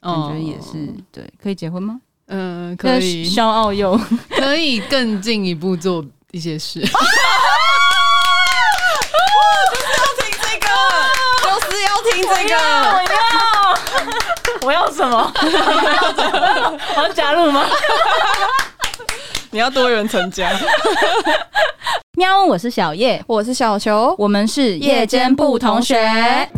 感觉也是、哦对，可以结婚吗？嗯、可以肖傲又 可以更进一步做一些 事。听这个，就是要听这个。我要，我要什么？我要加 入吗？你要多元成家， 喵，我是小叶，我是小球，我们是夜间部同学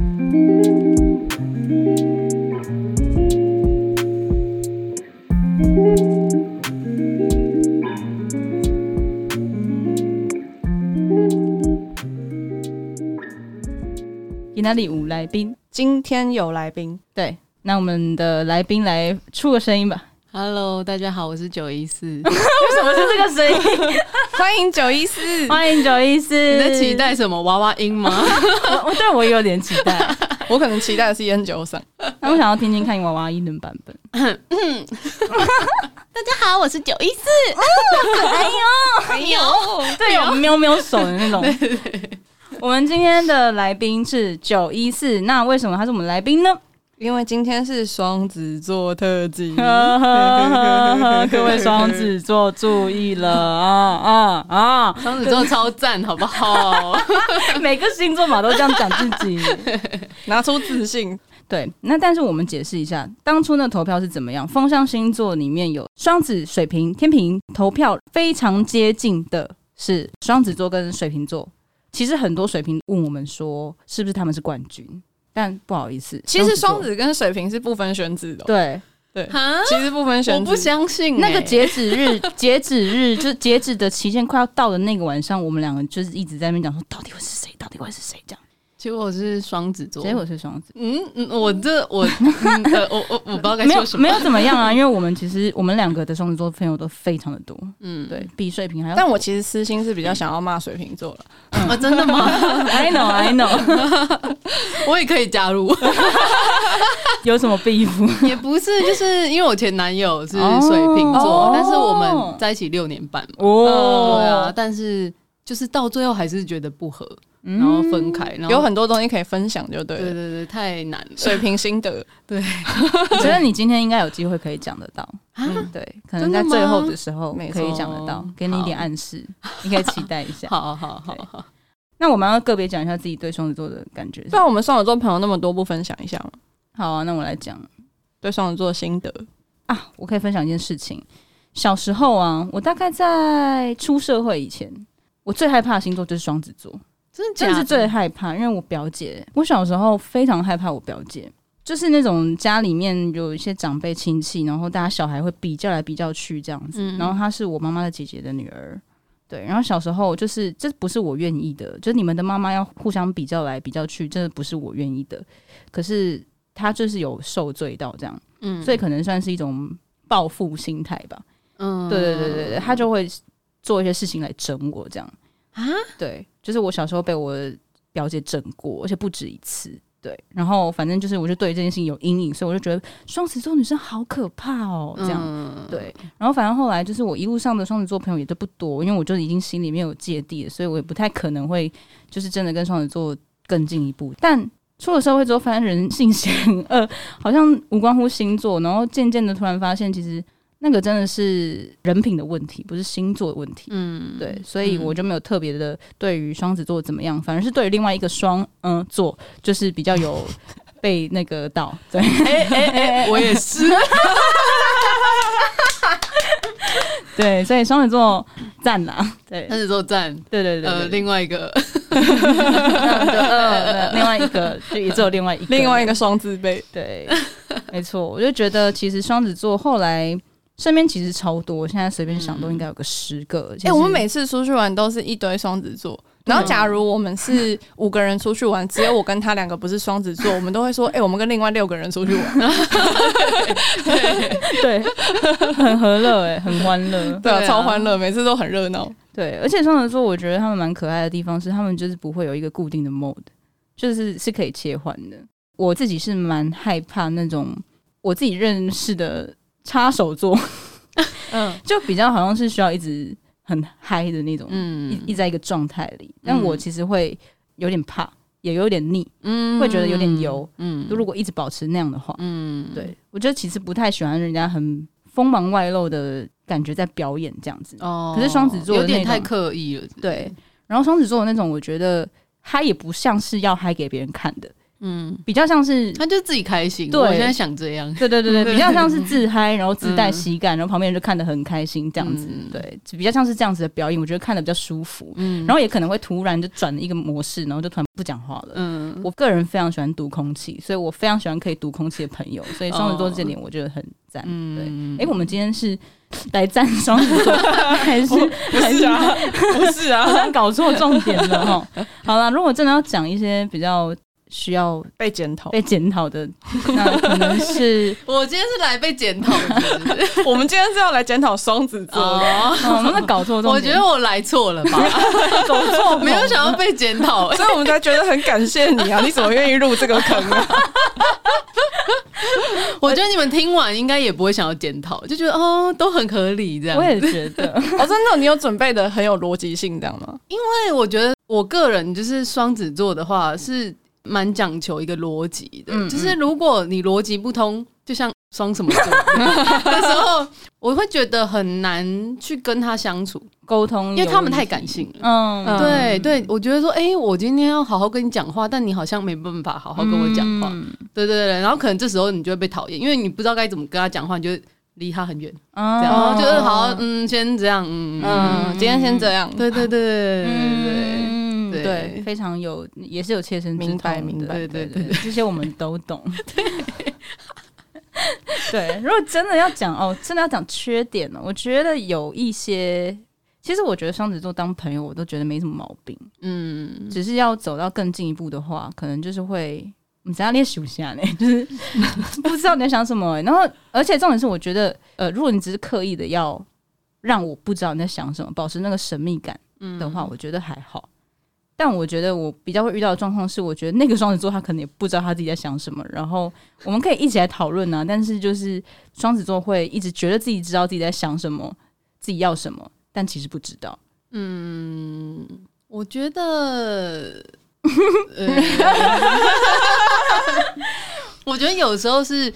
今天里五来宾，今天有来宾，对，那我们的来宾来出个声音吧。 Hello，大家好，我是九一四。 你为什么是这个声音？欢迎九一四。 欢迎九一四。你在期？待什么娃娃音吗？我我对我有点期待， 我可能期待的是烟酒嗓，那我想要听听看娃娃音的版本。大家好，我是九一四。没有对，哎有喵喵手的那种。我们今天的来宾是九一四，那为什么他是我们来宾呢？。因为今天是双子座特辑啊嗯 各位双子座注意了啊啊啊！ 双子座超赞，好不好？每个星座嘛都这样讲自己。 拿出自信，对，那但是我们解释一下，当初那投票是怎么样？风象星座里面有双子、水瓶、天平，投票非常接近的是双子座跟水瓶座。其实很多水瓶问我们说，是不是他们是冠军？但不好意思，其座实双子跟水瓶是不分选址的哦，对对，哈，其实不分我选址。不相信、欸那个，截止日， 截止日就是截止的期限快要到的那个晚上，我们两个就是一直在那边讲说，到底会是谁？到底会是谁？这样，结果我是双子座。结果是双子，嗯嗯，我这 我、嗯呃、我我我不知道该没有说什么。没有怎么样啊，因为 我们其实我们两个的双子座朋友都非常的多，嗯，对，比水平还要。但我其实私心是比较想要骂水瓶座了，啊，真的 吗？ I know I know， 我也可以加入，有什么 庇护？也不是，就是因为我前男友是水瓶座哦但是我们在一起六年半嘛，哦对啊，，但是就是到最后还是觉得不合，嗯然后分开，然后有很多东西可以分享，就对对对了。对，太难了。水瓶 心得，我觉得你今天应该有机会可以讲得到，啊，对，可能在最后的时候真的吗可以讲得到没错，给你一点暗示，你可以期待一下。好好好好，那我们要个别讲一下自己对双子座的感觉是不什么。然我们双子座朋友那么多，不分享一下吗？好啊，那我来讲。对双子座的 心得，啊，我可以分享一件事情。小时候啊，我大概在出社会以前，我最害怕的星座就是双子座，真的真的假是最害怕。因为我表姐，我小时候非常害怕我表姐，就是那种家里面有一些长辈亲戚，然后大家小孩会比较来比较去这样子。嗯然后她是我妈妈的姐姐的女儿，对。然后小时候就是这不是我愿意的，就是你们的妈妈要互相比较来比较去，这不是我愿意的。可是她就是有受罪到这样。嗯所以可能算是一种报复心态吧。嗯对对对对对，他就会做一些事情来整我这样啊，对，就是我小时候被我表姐整过，而且不止一次。对，然后反正就是我就对这件事情有阴影，所以我就觉得双子座女生好可怕哦，这样。嗯对，然后反正后来就是我一路上的双子座朋友也都不多，因为我就已经心里面有芥蒂了，所以我也不太可能会就是真的跟双子座更进一步。但出了社会之后，发现人性险恶，好像无关乎星座，然后渐渐的突然发现，其实那个真的是人品的问题，不是星座的问题。嗯对，所以我就没有特别的对于双子座怎么样，反而是对于另外一个双嗯座，就是比较有被那个到对。哎哎哎，我也 是，对，所以双子座赞啦，对双子座赞，对对对呃，对，另外一个 呃，另外一个就也只有另外一个，另外一个双自卑，对，没错，我就觉得其实双子座后来身边其实超多，我现在随便想都应该有个十个。其哎、实我们每次出去玩都是一堆双子座。然后，假如我们 是五个人出去玩，只有我跟他两个不是双子 座，我们都会说：“哎、我们跟另外六个人出去 玩。对很和乐哎、很欢乐”。 对啊，对啊超欢乐，每次都很热 闹。对，而且双子座我觉得他们蛮可爱的地方是，他们就是不会有一个固定的 mode，就是是可以切换的。我自己是蛮害怕那种我自己认识的插手座， 嗯，就比较好像是需要一直很嗨的那种。嗯一一直在一个状态里，但我其实会有点怕，也有点腻，嗯会觉得有点油，嗯就如果一直保持那样的话，嗯，对我觉得其实不太喜欢人家很锋芒外露的感觉在表演这样子。哦可是双子座的有点那种太刻意了，对，然后双子座的那种，我觉得嗨也不像是要嗨给别人看的，嗯，比较像是他就自己开心。对我现在想这样，对对对对， 对比较像是自嗨，然后自带嗯喜感，然后旁边人就看得很开心这样子，嗯对，就比较像是这样子的表演，我觉得看得比较舒服。嗯然后也可能会突然就转一个模式，然后就突然不讲话了。嗯，我个人非常喜欢读空气，所以我非常喜欢可以读空气的朋 友，所以双子座这点我觉得很赞。嗯哎、我们今天是来赞双子座， 还是不是啊，不是啊，好像搞错重点了哈？好啦，如果真的要讲一些比较需要被检讨。被检讨 的，那可能是我今天是来被检讨的是不是 我们今天是要来检讨双子座的， 哦。哦我们的搞错重点。我觉得我来错了吧， 走错棚没有想要被检讨。 所以我们才觉得很感谢你啊！你怎么愿意入这个坑啊？ 我觉得你们听完应该也不会想要检讨，就觉得哦都很合理这样。我也觉得， 哦，真的，你有准备的很有逻辑性，这样吗？对，我觉得我个人就是双子座的话是蛮讲求一个逻辑的，嗯就是如果你逻辑不通，就像双什么 座的时候，我会觉得很难去跟他相处，沟通，因为他们太感性了。嗯，嗯对对，我觉得说，哎、我今天要好好跟你讲话，但你好像没办法好好跟我讲话。嗯对对对，然后可能这时候你就会被讨厌，因为你不知道该怎么跟他讲话，你就离他很远，这样、哦哦、就是好，嗯，先这样，嗯嗯，嗯，今天先这样。对对对对对对对。嗯对对，非常有，也是有切身之明白痛的明白对对对对，这些我们都懂。对，如果真的要讲哦，真的要讲缺点呢，我觉得有一些，其实我觉得双子座当朋友，我都觉得没什么毛病，嗯，只是要走到更进一步的话，可能就是会。你怎样练属下呢？就是不知道你在想什么欸、然后，而且重点是，我觉得，呃，如果你只是刻意的要让我不知道你在想什么，保持那个神秘感，嗯的话，我觉得还好。但我觉得我比较会遇到的状况是，我觉得那个双子座他可能也不知道他自己在想什么，然后我们可以一起来讨论啊。 但是就是双子座会一直觉得自己知道自己在想什么，自己要什么，但其实不知道。嗯，我觉得，呃 我觉得有时候是，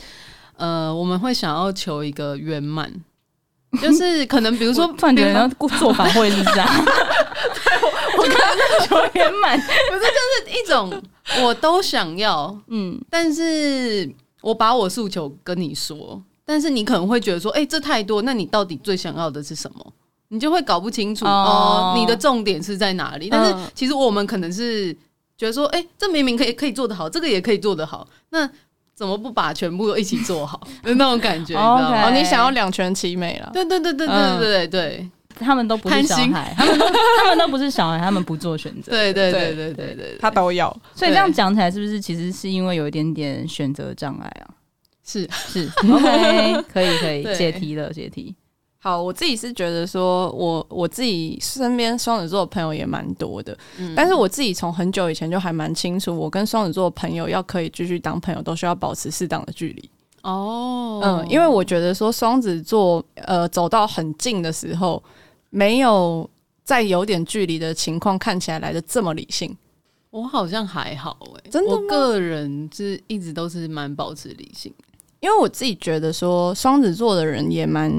呃，我们会想要求一个圆满，就是可能比如我说说，突然觉得人家做法会是这样，我看球圆满，一种我都想要，嗯，但是我把我诉求跟你说，但是你可能会觉得说，哎、这太多，那你到底最想要的是什么？你就会搞不清楚哦哦、你的重点是在哪里？但嗯是其实我们可能是觉得说，哎、这明明可以可以做得好，这个也可以做得好，那怎么不把全部都一起做好的那种感觉？你知道吗？ OK 哦，你想要两全其美了。对对对对对对对对他们都不是小贪心孩，他们都他们都不是小孩，他们不做选择。对对对对对 对，他都要，所以这样讲起来，是不是其实是因为有一点点选择障碍啊？是是 OK，可以可以对解题了，解题。好，我自己是觉得说我，我自己身边双子座的朋友也蛮多的，嗯但是我自己从很久以前就还蛮清楚，我跟双子座的朋友要可以继续当朋友，都需要保持适当的距离。哦，嗯，因为我觉得说双子座，呃，走到很近的时候，没有在有点距离的情况看起来来的这么理性。我好像还好哎、真的我吗个人是一直都是蛮保持理性的，因为我自己觉得说，双子座的人也蛮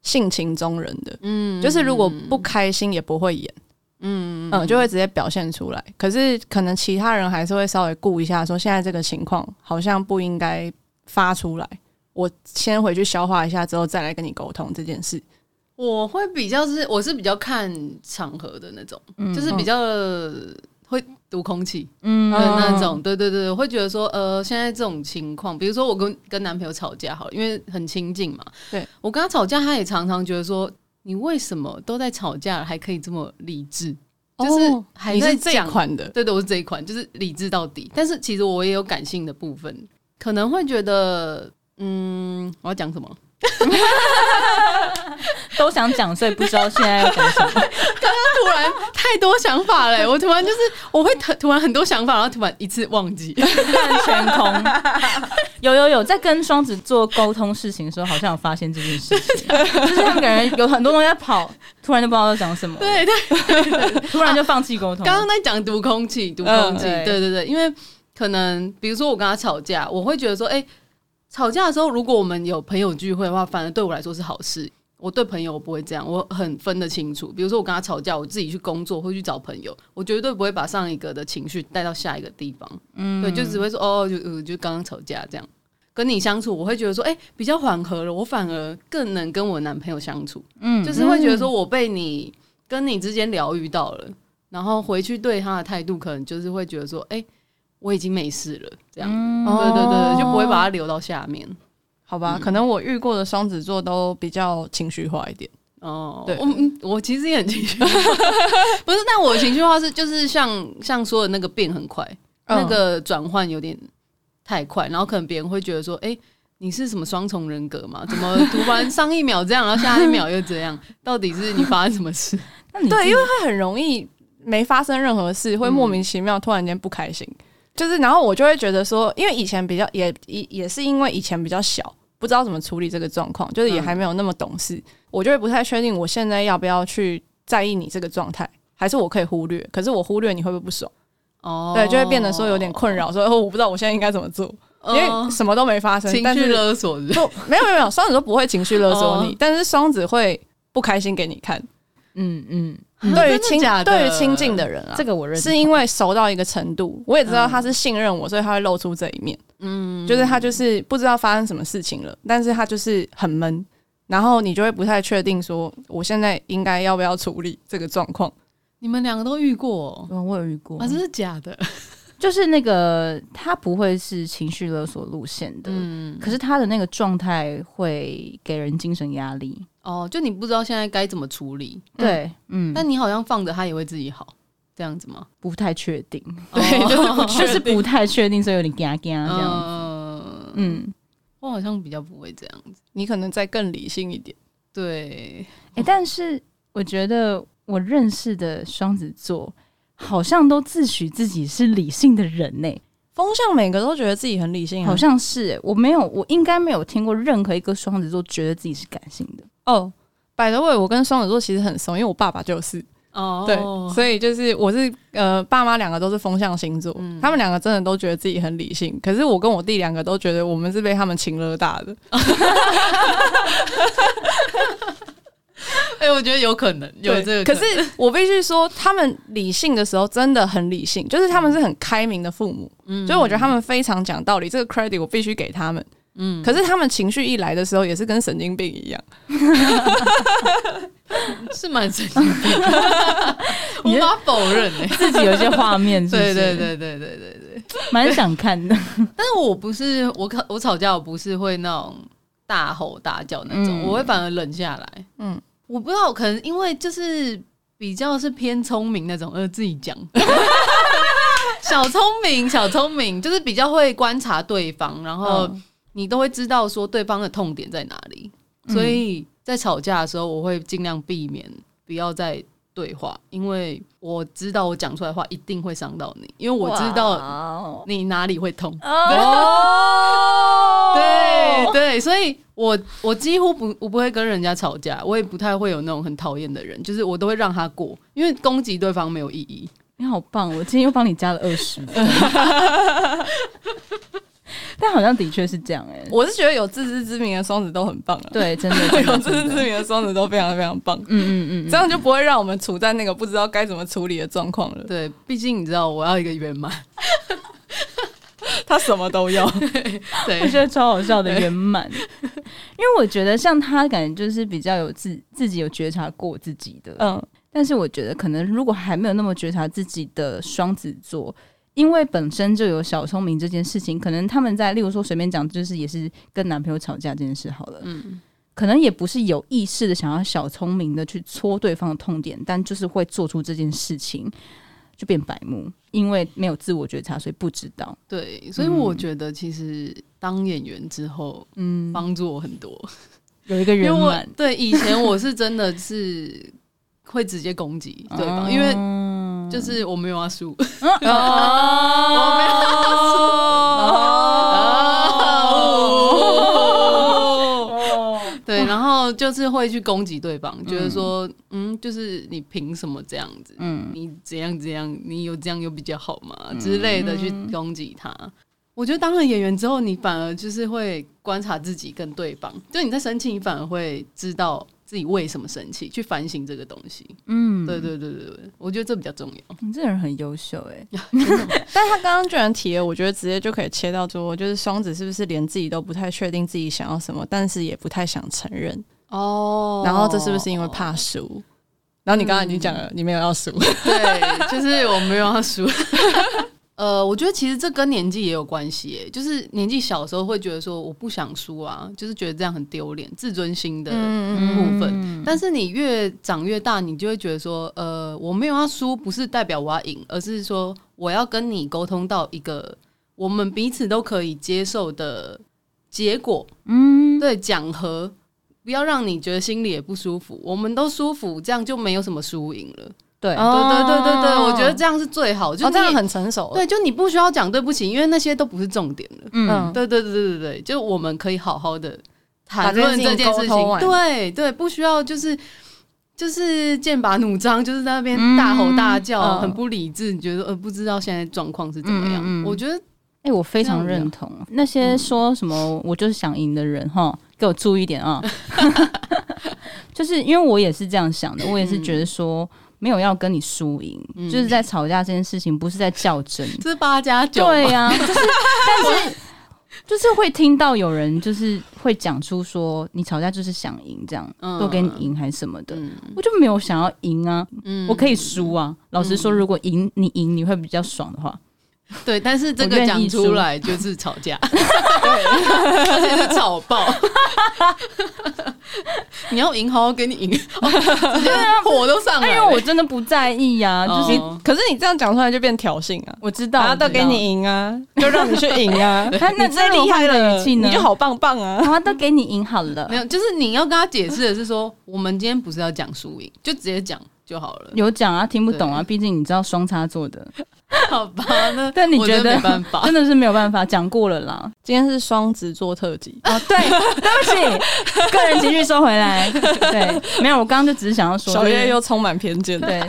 性情中人的，嗯就是如果不开心也不会演，嗯嗯，就会直接表现出来。可是可能其他人还是会稍微顾一下，说现在这个情况好像不应该发出来，我先回去消化一下，之后再来跟你沟通这件事。我会比较是，我是比较看场合的那种，嗯就是比较会读空气嗯的哦嗯那 种。对对对，会觉得说，呃，现在这种情况，比如说我跟跟男朋友吵架好了，因为很亲近嘛。对我跟他吵架，他也常常觉得说，你为什么都在吵架了，还可以这么理智？就是哦还你在是这一讲款的，对对，我是这一款，就是理智到底。但是其实我也有感性的部分，可能会觉得，嗯，我要讲什么？ 都想讲，所以不知道现在要讲什么。突然太太多想法欸嘞！我突然就是我会突突然很多想法，然后突然一次忘记。 半全空。有有有，在跟双子座沟通事情的时候，好像有发现这件事情，就是他们感觉有很多东西在跑，突然就不知道在讲什么，对对，啊突然就放弃沟通。刚刚在讲读空气，读空气，嗯对对对，因为可能比如说我跟他吵架，我会觉得说，哎、吵架的时候，如果我们有朋友聚会的话，反而对我来说是好事。我对朋友我不会这样，我很分得清楚。比如说我跟他吵架，我自己去工作会去找朋友，我绝对不会把上一个的情绪带到下一个地方。嗯对，就只会说哦，就呃就刚刚吵架这样。跟你相处，我会觉得说，哎、比较缓和了，我反而更能跟我男朋友相处。嗯就是会觉得说我被你跟你之间疗愈到了，然后回去对他的态度可能就是会觉得说，哎、我已经没事了，这样，嗯对对对，就不会把它。它留到下面。好吧，嗯可能我遇过的双子座都比较情绪化一点。哦，对我嗯我其实也很情绪化， 不是，但我情绪化是就是像像说的那个变很快，那嗯个转换有点太快，然后可能别人会觉得说，哎、你是什么双重人格嘛？怎么读完上一秒这样，然后下一秒又这样？到底是你发生什么事？那你嗯对，因为为会很容易没发生任何事，会莫名其妙突然间不开心。就是，然后我就会觉得说，因为以前比较也也也是因为以前比较小，不知道怎么处理这个状况，就是也嗯还没有那么懂事，我就会不太确定我现在要不要去在意你这个状态，还是我可以忽略。可是我忽略你会不会不爽？ 哦对，就会变得说有点困扰，说哦，我不知道我现在应该怎么做，因哦为什么都没发生。情但绪是勒索是不是不，没有没有没有，双子座不会情绪勒索你，哦但是双子会不开心给你看。嗯嗯， 对 真的于亲假的对于亲近的人啊，这个我认同是因为熟到一个程度，我也知道他是信任我，所以他会露出这一面。嗯，就是他就是不知道发生什么事情了，但是他就是很闷，然后你就会不太确定说我现在应该要不要处理这个状况。你们两个都遇过哦、嗯我有遇过啊？这是假的？就是那个他不会是情绪勒索路线的，嗯，可是他的那个状态会给人精神压力。 哦，就你不知道现在该怎么处理，对，嗯，但但你好像放着他也会自己好，这样子吗？不太确定，对，就是不就是不太确定，所以有点嘎嘎这样。嗯嗯，我好像比较不会这样子。你可能再更理性一点，对，哎、但是我觉得我认识的双子座好像都自诩自己是理性的人呢、风向每个都觉得自己很理嗯性啊、好像是、欸、我没有，我应该没有听过任何一个双子座觉得自己是感性的。哦。by the way，我跟双子座其实很熟，因为我爸爸就是，哦对，所以就是我是呃，爸妈两个都是风象星座，嗯他们两个真的都觉得自己很理性，可是我跟我弟两个都觉得我们是被他们情勒大的。哎、我觉得有可能有对这个可能，是我必须说，他们理性的时候真的很理性，就是他们是很开明的父母，嗯所以我觉得他们非常讲道理，这个 credit 我必须给他们。嗯，可是他们情绪一来的时候，也是跟神经病一样。是蛮神经病 的，无法否认哎、自己有一些画面是不 对是，对，对对对对对，蛮想看的。但是我不是我吵我吵架，我不是会那种大吼大叫那种，嗯我会反而冷下来。嗯，我不知道，可能因为就是比较是偏聪明那种，呃，自己讲。 小聪明，小聪明，就是比较会观察对方，然后嗯你都会知道说对方的痛点在哪里，所以在吵架的时候，我会尽量避免不要再对话，因为我知道我讲出来的话一定会伤到你，因为 我知道道你哪里会痛。哦，对对，所以我我几乎不我不会跟人家吵架，我也不太会有那种很讨厌的人，就是我都会让他过，因为攻击对方没有意义。你好棒！我今天又帮你加了二十 分，但好像的确是这样哎、嗯我是觉得有自知之明的双子都很棒啊，对，真的，真 有 的自真知的之明的双子都非常非常棒，嗯嗯嗯这样就不会让我们处在那个不知道该怎么处理的状况了。对，毕竟你知道我要一个圆满，他什么都要。嗯，我对觉得超好笑的圆满， 因为我觉得像他感觉就是比较有自自己有觉察过自己的，嗯，但是我觉得可能如果还没有那么觉察自己的双子座，因为本身就有小聪明这件事情，可能他们在例如说随便讲，就是也是跟男朋友吵架这件事好了，嗯可能也不是有意识的想要小聪明的去戳对方的痛点，但就是会做出这件事情，就变白目，因为没有自我觉察，所以不知道。 对，所以我觉得其实当演员之后嗯，帮助我很多，有一个因为圆我满，对以前我是真的是会直接攻击对 哦方，因为就是我没有要输，哦哦 对，然后就是会去攻击对方，觉得说，哦嗯，就是你凭什么这样子？嗯，你怎样怎样，你有这样有比较好吗？之类的去嗯攻击他。我觉得当了演员之后，你反而就是会观察自己跟对方，就你在生气，你反而会知道自己为什么生气，去反省这个东西。嗯，对对对对对，我觉得这比较重要。你这人很优秀哎、但他刚刚居然提了，我觉得直接就可以切到说，就是双子是不是连自己都不太确定自己想要什么，但是也不太想承认。哦然后这是不是因为？怕输？然后你刚刚已经讲了，你没有要输，对，就是我没有要输。 呃，我觉得其实这跟年纪也有关系耶，就是年纪小的时候会觉得说我不想输啊，就是觉得这样很丢脸，自尊心的嗯部分。但是你越长越大，你就会觉得说，呃，我没有要输，不是代表我要赢，而是说我要跟你沟通到一个我们彼此都可以接受的结果。嗯，对，讲和，不要让你觉得心里也不舒服，我们都舒服，这样就没有什么输赢了。对，哦对对对对对，我觉得这样是最好，就哦，你这样很成熟。对，就你不需要讲对不起，因为那些都不是重点了。嗯，对对对对对，就我们可以好好的谈把这件论事情这件事沟通情，完对对，不需要就是。就是剑拔弩张，就是在那边大吼大叫，嗯很不理智。你觉得呃，不知道现在状况是怎么样？嗯嗯嗯我觉得哎、我非这常样子啊认同那些说什么我就是想赢的人哈，给我注意一点 啊！就是因为我也是这样想的，我也是觉得说没有要跟你输赢，就是在吵架这件事情不是在较真，这是八加九吧，对呀、就是但是 就是会听到有人就是会讲出说你吵架就是想赢这样，嗯都给你赢还是什么的，嗯我就没有想要赢啊，嗯我可以输啊。老实说，嗯如果赢你赢你会比较爽的话，对，但是这我个愿意讲出输来就是吵 架，而且是吵爆。你要赢，好好跟你赢， 对啊，火都上哎来呦，了。我真的不在意呀、哦就是你可是你这样讲出来就变挑衅啊！我知道，大家都我知给道。你赢啊，就让你去赢 啊！他那你最那厉害的了，语气呢？你就，好棒棒啊！ 他都给你赢好了没。有，就是你要跟他解释的是说，我们今天不是要讲输赢，就直接讲就好了。有讲啊，听不懂啊，毕竟你知道双叉座的， 好吧，那但你我觉真得的没办法 真？的是没有办法，讲过了啦。今天是双子座特辑，哦，对，对不起，个人情绪收回来。对，没有，我刚刚就只是想要说，小就是叶又充满偏见。对，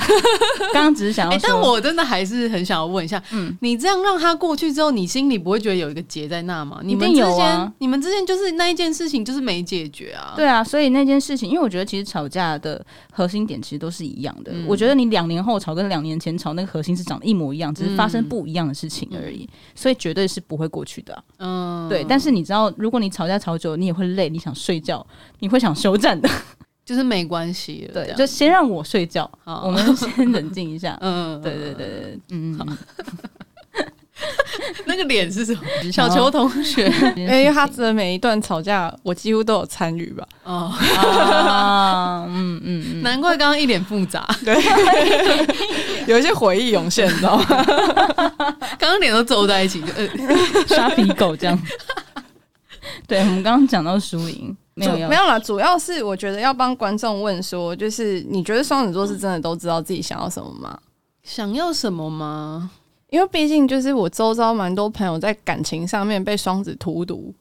刚刚只是想哎、要但说，我真的还是很想要问一下，嗯你这样让他过去之后，你心里不会觉得有一个结在那吗？你们一之定有间，啊你们之间就是那一件事情就是没解决啊。对啊，所以那件事情，因为我觉得其实吵架的核心点其实都是一样的。嗯我觉得你两年后吵跟两年前吵那个核心是长得一模一样，只是发生不一样的事情而已，所以绝对是不会过去的啊、嗯，对，但是你知道，如果你吵架吵久，你也会累，你想睡觉，你会想休战的。就是没关系了。这对，样就先让我睡觉，啊好。我们先冷静一下嗯，对对对对，对嗯，嗯那个脸是什 么？嗯小球同 学因因为他的每一段吵架，我几乎都有参与吧。哦，啊，嗯嗯嗯，难怪刚刚一脸复杂，对， 有一些回忆涌现，你知道 吗？ 刚刚脸都皱在一起，就呃，沙皮狗这样。 对，我们刚刚讲到输赢，没有主要没有啦，主要是我觉得要帮观众问说，就是你觉得双子座是真的都知道自己想要什么吗？想要什么吗？因为毕竟就是我周遭蛮多朋友在感情上面被双子荼毒，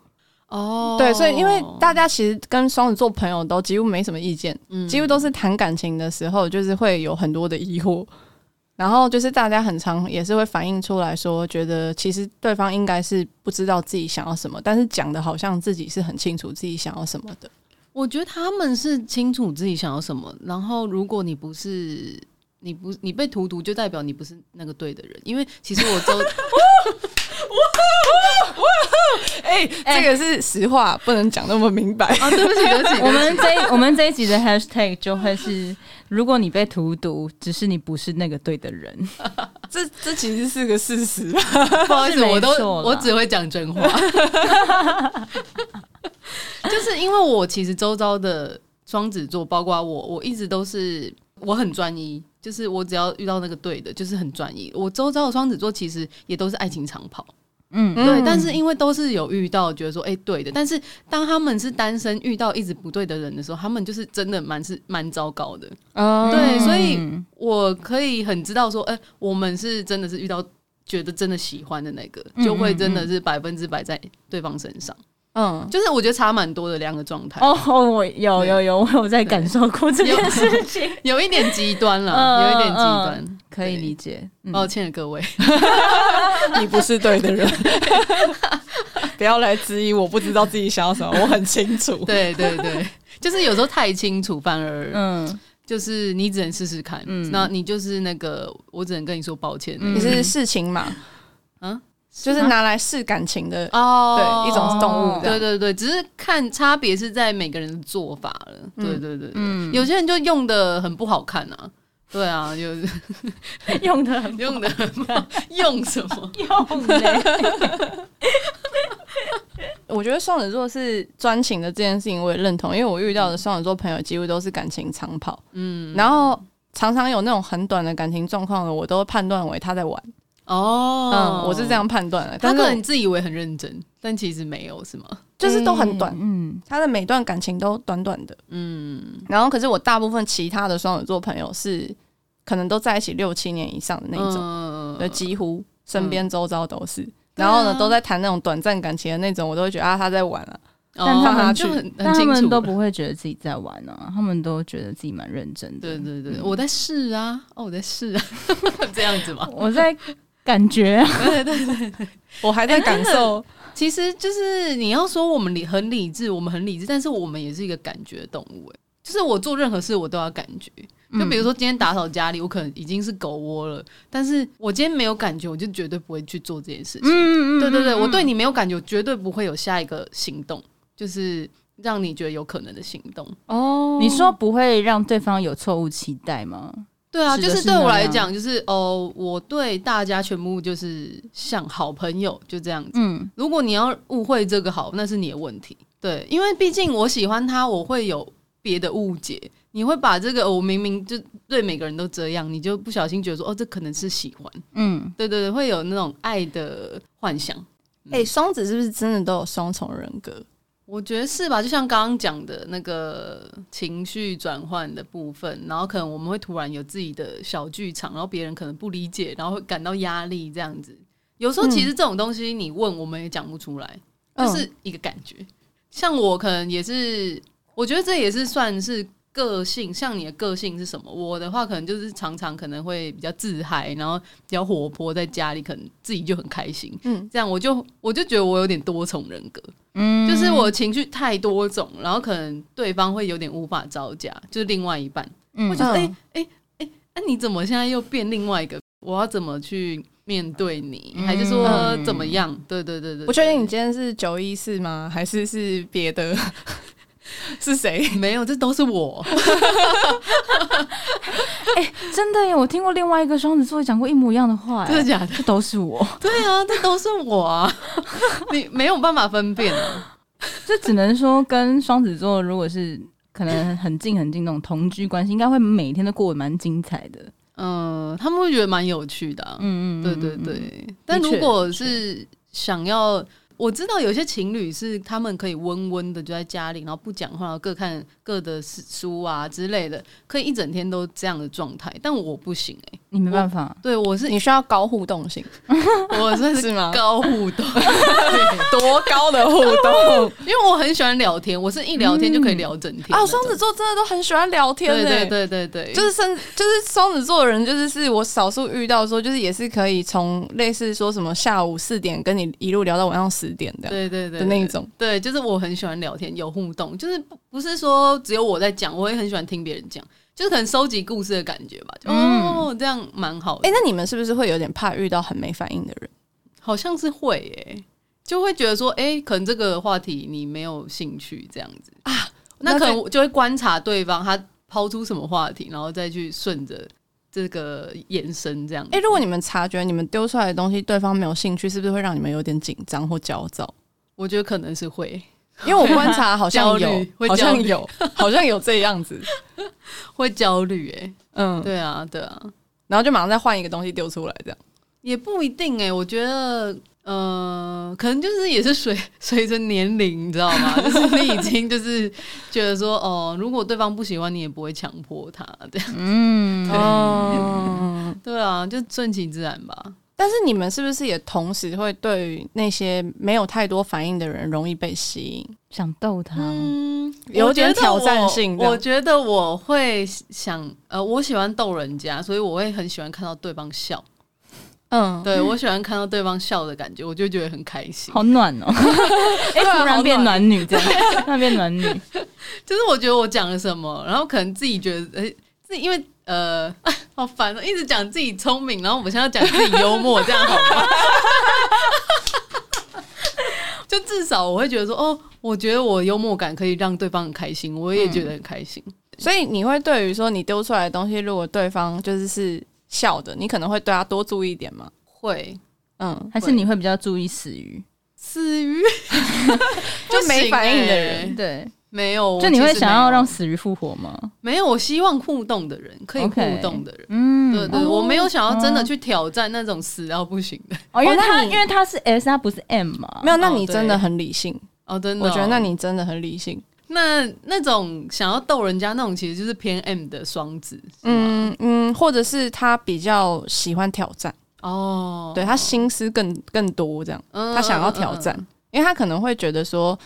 哦，对，所以因为大家其实跟双子座朋友都几乎没什么意见，嗯几乎都是谈感情的时候，就是会有很多的疑惑，然后就是大家很常也是会反映出来说，觉得其实对方应该是不知道自己想要什么，但是讲的好像自己是很清楚自己想要什么的。我觉得他们是清楚自己想要什么，然后如果你不是。你不，你被荼毒就代表你不是那个对的人，因为其实我周，哎、这个是实话，不能讲那么明白。啊，对不起，对不起，我们这一我们这一集的 hashtag 就会是：如果你被荼毒，只是你不是那个对的人。这这其实是个事 实。不好意是思，没我都错啦我只会讲真话， 就是因为我其实周遭的双子座，包括我，我一直都是我很专一，就是我只要遇到那个对的，就是很专一。我周遭的双子座其实也都是爱情长跑，嗯，对，嗯但是因为都是有遇到，觉得说哎、对的，但是当他们是单身遇到一直不对的人的时候，他们就是真的蛮是蛮糟糕的。哦对所以嗯我可以很知道说，哎、我们是真的是遇到觉得真的喜欢的那个，嗯就会真的是百分之百在对方身上。嗯，就是我觉得差蛮多的两个状态，哦，我 有有有，我有在感受过这有件事情，有一点极端 嗯了，有一点极端。可以对理解。嗯抱歉各位，你不是对的 人，不要来质疑我不知道自己想要什 么，我很清楚。对对对，就是有时候太清楚，反而嗯，就是你只能试试看。嗯那你就是那个，我只能跟你说抱歉。嗯你是事情嘛，嗯，就是拿来试感情的，哦，对一种动物这对样。对对，只是看差别是在每个人的做法了。对对对，嗯嗯，有些人就用的很不好看啊。对啊，有 用的很用的很不好用什 么？用嘞， 我觉得双子座是专情的这件事情，我也认同，因为我遇到的双子座朋友几乎都是感情长跑，嗯，然后常常有那种很短的感情状况的，我都判断为他在玩。哦，嗯，我是这样判断的，他但可能是自以为很认真，但其实没有，是吗？就是都很短，嗯，他的每段感情都短短的。嗯，然后，可是我大部分其他的双子座朋友是可能都在一起六七年以上的那一种，种呃，几乎身边周遭都是。然对后呢，啊都在谈那种短暂感情的那种，我都会觉得啊，他在玩啊。但他们哦就就很很但他清楚们了，都不会觉得自己在玩呢、他们都觉得自己蛮认真的。对对嗯对，我在试啊，哦，我在试啊， 这样子嘛。我在感 觉啊、我还在感受，其实就是你要说我们理很理智，我们很理智，但是我们也是一个感觉动物、欸。就是我做任何事我都要感觉，嗯就比如说今天打扫家里，我可能已经是狗窝了，但是我今天没有感觉，我就绝对不会去做这件事情。 嗯，嗯嗯，对对对，嗯我对你没有感觉，我绝对不会有下一个行动，就是让你觉得有可能的行动。哦你说不会让对方有错误期待吗？对啊，是就的是是对那我来样讲，就是哦，我对大家全部就是像好朋友，就这样子。嗯如果你要误会这个好，那是你的问题。对，因为毕竟我喜欢他，我会有别的误解。你会把这个、哦我明明就对每个人都这样，你就不小心觉得说哦，这可能是喜欢。嗯，对对对，会有那种爱的幻想。哎、双子是不是真的都有双重人格？我觉得是吧？就像刚刚讲的那个情绪转换的部分，然后可能我们会突然有自己的小剧场，然后别人可能不理解，然后会感到压力这样子。有时候其实这种东西你问我们也讲不出来，嗯就是一个感觉。像我可能也是，我觉得这也是算是个性。像你的个性是什么？我的话可能就是常常可能会比较自嗨，然后比较活泼，在家里可能自己就很开心。嗯这样我就我就觉得我有点多重人格。嗯就是我情绪太多种，然后可能对方会有点无法招架，就是另外一半嗯会觉得哎嗯哎哎，那、你怎么现在又变另外一个？我要怎么去面对你？嗯还是说怎么样？对对对对，不确定你对今天是九一四吗？还是是别的？ 是谁？没有，这都是我。真的耶！我听过另外一个双子座讲过一模一样的话， 真的假的？ 这都是我， 对啊，这都是我啊！ 你没有办法分辨啊。这只能说跟双子座如果是可能很近很近那种同居关系，应该会每天都过得蛮精彩的。嗯、他们会觉得蛮有趣的、啊。嗯嗯，嗯对对，嗯对，但如果是想要，我知道有些情侣是他们可以温温的就在家里，然后不讲话，然后各看各的书啊之类的，可以一整天都这样的状态。但我不行哎、你没办法，对我是你需要高互动性我算是是吗？高互动， 多高的互 动因为我很喜欢聊天，我是一聊天就可以聊整天啊！那种双子座真的都很喜欢聊天、欸，对对对对对，就是甚就是双子座的人，就是是我少数遇到说，就是也是可以从类似说什么下午四点跟你一路聊到晚上十点这样对对对的那一种。对，就是我很喜欢聊天，有互动，就是不不是说只有我在讲，我也很喜欢听别人讲，就是可能收集故事的感觉吧。就嗯哦，这样蛮好的。哎、那你们是不是会有点怕遇到很没反应的人？好像是会耶、就会觉得说，哎、可能这个话题你没有兴趣这样子啊，那那可在能我就会观察对方他抛出什么话题，然后再去顺着这个延伸这样子。哎、如果你们察觉你们丢出来的东西对方没有兴趣，是不是会让你们有点紧张或焦躁？我觉得可能是会因为我观察好像 焦有虑会，好焦像虑有，好像有这 样子。会焦虑，哎，嗯，对啊，对啊，然后就马上再换一个东西丢出来，这样。欸也不一定哎、我觉得，嗯、呃，可能就是也是随 随着年龄，你知道 吗？就是你已经就是觉得说，哦，如果对方不喜欢你，也不会强迫他，对嗯，哦，对啊，就顺其自然吧。 但是你们是不是也同时会对那些没有太多反应的人容易被吸引？想逗他，嗯，有点挑战性这样我觉得我会想，呃，我喜欢逗人家，所以我会很喜欢看到对方笑。嗯，对我喜欢看到对方笑的感觉，我就觉得很开心。好暖哦！哎，突然变暖女这样， 突然变暖女，就是我觉得我讲了什么，然后可能自己觉得，呃，自己因为呃， 啊好烦哦，一直讲自己聪明，然后我现在要讲自己幽默，这样好吗？ 就至少我会觉得说，哦，我觉得我幽默感可以让对方很开心，我也觉得很开心。所以你会对于说你丢出来的东西，如果对方就是是笑的，你可能会对他多注意一点嘛？会嗯，还是你会比较注意死鱼？死 鱼就没反应的不人行欸对，没有，我就你其会实想要没有让死鱼复活吗？没有，我希望互动的人可以互 OK 动的人。嗯，对对，我没有想要真嗯的去挑战那种死到不行的。哦，因为哦那他你因为他是 S，他不是 M 嘛，没有，那哦你真的对很理性。哦，真的哦、我觉得那你真的很理性。那那种想要逗人家那种，其实就是偏 M 的双子。嗯，嗯嗯，或者是他比较喜欢挑战，哦，对他心思更更多这样。嗯，他想要嗯挑战，，因为他可能会觉得说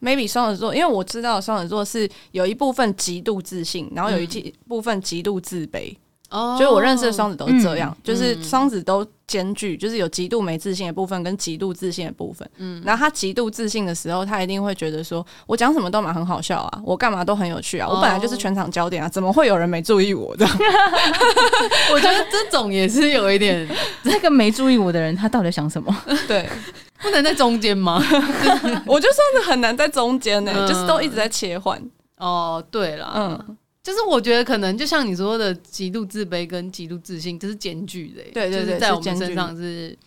，maybe 双子座，因为我知道双子座是有一部分极度自信，然后有一季部分极度自卑，嗯嗯哦，就是我认识的双子都是这样，嗯就是双子都兼具，就是有极度没自信的部分跟极度自信的部分。嗯，然后他极度自信的时候，他一定会觉得说，我讲什么都蛮很好笑啊，我干嘛都很有趣啊，我本来哦就是全场焦点啊，怎么会有人没注意我这样？ 我觉得这种也是有一 点， 那个没注意我的人，他到底在想什么？ 对，不能在中间吗？我就算是很难在中间呢、嗯就是都一直在切换。哦，对啦，嗯，就是我觉得可能就像你说的，极度自卑跟极度自信，这是兼具的欸、对对对就是在我们是兼身具上是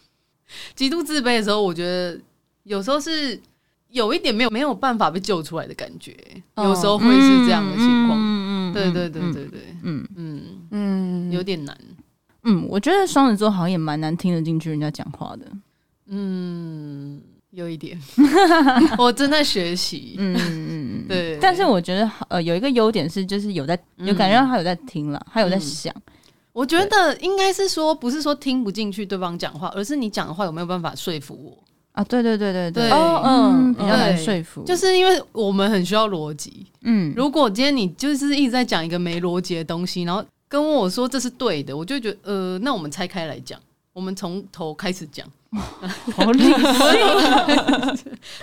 极度自卑的时候，我觉得有时候是有一点没有没有办法被救出来的感觉欸、嗯有时候会是这样的情况。嗯对对对，对对，嗯嗯，嗯有点难。嗯，我觉得双子座好像也蛮难听得进去人家讲话的。嗯，有一 点，我正在学习。嗯嗯嗯，对， 但是我觉得呃有一个优点是，就是有在有感觉到他有在听了，他有在想。我觉得应该是说，不是说听不进去对方讲话，而是你讲的话有没有办法说服我。啊，对对对对对哦嗯，嗯比较难对说服，就是因为我们很需要逻辑。嗯，如果今天你就是一直在讲一个没逻辑的东西，然后跟我说这是对的，我就觉得呃，那我们拆开来讲，我们从头开始讲，好理性，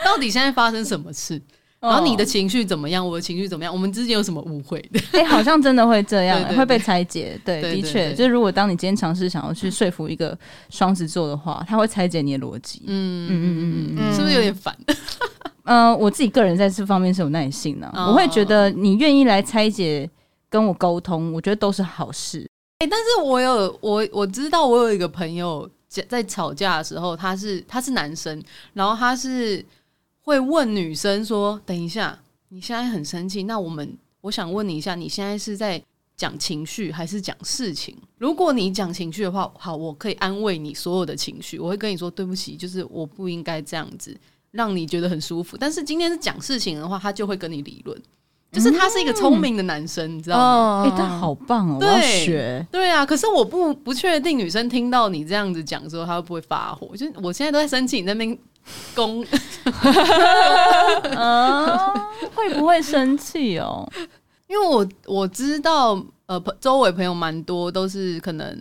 到底现在发生什么事，然后你的情绪怎么样，我的情绪怎么样，我们之间有什么误会的？ 哎、好像真的会这样，欸对对对会被拆解。对，对对的确，对就是如果当你今天尝试想要去说服一个双子座的话，他会拆解你的逻辑。嗯嗯嗯嗯嗯是不是有点烦？ 嗯、呃，我自己个人在这方面是有耐心的、哦我会觉得你愿意来拆解跟我沟通，我觉得都是好事。哎但是我有我我知道我有一个朋友在在吵架的时候，他是他是男生，然后他是会问女生说：“等一下，你现在很生气，那我们我想问你一下，你现在是在讲情绪还是讲事情？如果你讲情绪的话，好，我可以安慰你所有的情绪，我会跟你说对不起，就是我不应该这样子。”让你觉得很舒服，但是今天是讲事情的话，他就会跟你理论，就是他是一个聪明的男生，你知道吗？哎、哦他好棒哦，我对要 学。对啊，可是我不不确定女生听到你这样子讲之后，她会不会发火？就是我现在都在生气，你在那边攻，啊，会不会生气哦？ 因为我我知道，呃，朋周围朋友蛮多都是可能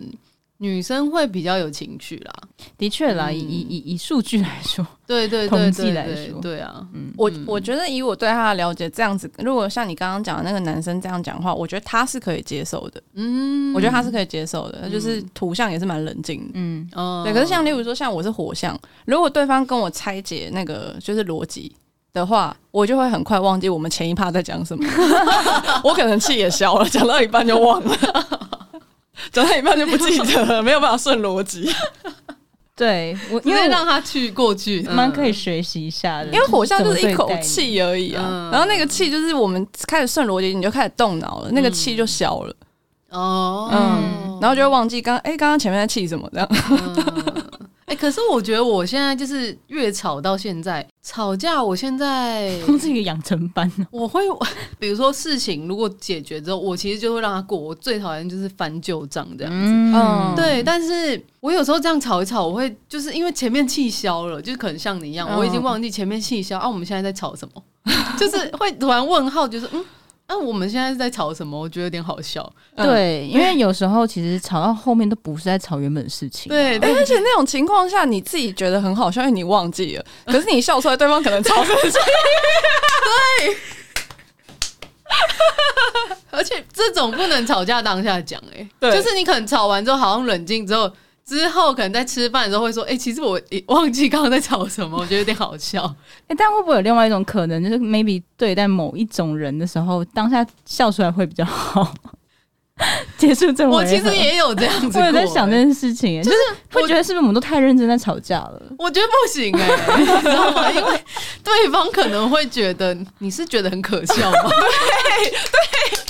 女生会比较有情绪啦。的确啦，以嗯以以以数据来说，对对对统计对来对说嗯对啊，我我觉得以我对他的了解，这样子，如果像你刚刚讲的那个男生这样讲话，我觉得他是可以接受的。嗯，我觉得他是可以接受的，就是图像也是蛮冷静的。嗯，嗯对，可是像例如说，像我是火象，如果对方跟我拆解那个就是逻辑的话，我就会很快忘记我们前一趴在讲 什么，我可能气也消了，讲到一半就忘了， 讲到一半就不记得了，没有办法顺逻辑。对我因因为为我让他去过去， 蛮可以嗯学习一下的，因为火象就是一口怎么对待你气而已啊嗯，然后那个气就是我们开始顺逻辑，你就开始动脑了，那个气就消了，哦，嗯 嗯，然后就会忘记刚哎刚刚前面在气什么这样。 嗯哎、哎、可是我觉得我现在就是越吵到现在，吵架我现在是一个养成班哦。我会， 比如说事情如果解决之后，我其实就会让他过。我最讨厌就是翻旧账这样。嗯，对，但是我有时候这样吵一吵，我会就是因为前面气消了，就是可能像你一样，嗯我已经忘记前面气消啊，我们现在在吵什么， 就是会突然问号，就是嗯，啊，我们现在是在吵什么？我觉得有点好笑。对，因为有时候其实吵到后面都不是在吵原本的事情。对，哎、而且那种情况下，你自己觉得很好笑，因为你忘记了，可是你笑出来，对方可能超生气。而且这种不能吵架当下讲，哎，对就是你可能吵完之后好像冷静之后，之后可能在吃饭的时候会说，哎、其实我也忘记刚刚在吵什么，我觉得有点好笑。哎、但会不会有另外一种可能，就是 maybe 对待某一种人的时候，当下笑出来会比较好， 结束 这回合我其实也有这样子 我过，欸有在想这诶件事情、就是会我觉得是不是我们都太认真在吵架了？我觉得不行哎、 你知道吗？因为对方可能会觉得你是觉得很可笑吗？ 对对，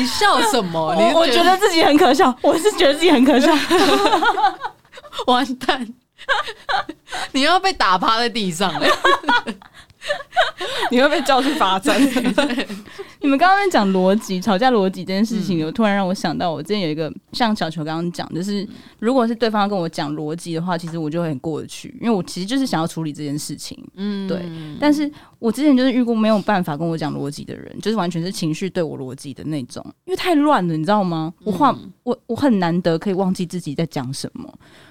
你笑什么？你是我我觉得自己很可笑，我是觉得自己很可笑。完蛋，你要被打趴在地上 哎、 你会被叫去罚站。你们刚刚在讲逻辑、吵架逻辑这件事情，有突然让我想到，我之前有一个像小球刚刚讲，就是如果是对方要跟我讲逻辑的话，其实我就会很过得去，因为我其实就是想要处理这件事情。嗯，对但是我之前就是遇过没有办法跟我讲逻辑的人，就是完全是情绪对我逻辑的那种，因为太乱了，你知道吗？嗯我话、我我很难得可以忘记自己在讲什么，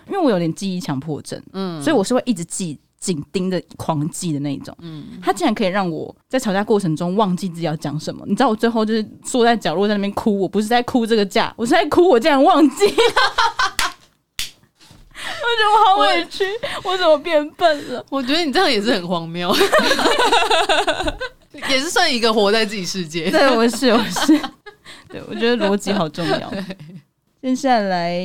因为我有点记忆强迫症，嗯所以我是会一直记。紧盯着狂记的那一种，嗯他竟然可以让我在吵架过程中忘记自己要讲什么。你知道我最后就是坐在角落在那边哭，我不是在哭这个架，我是在哭我竟然忘记了， 我觉得我好委屈，我怎么变笨了？我觉得你这样也是很荒谬， 也是算一个活在自己世界。 对，我是我是，对我觉得逻辑好重要。 接下来，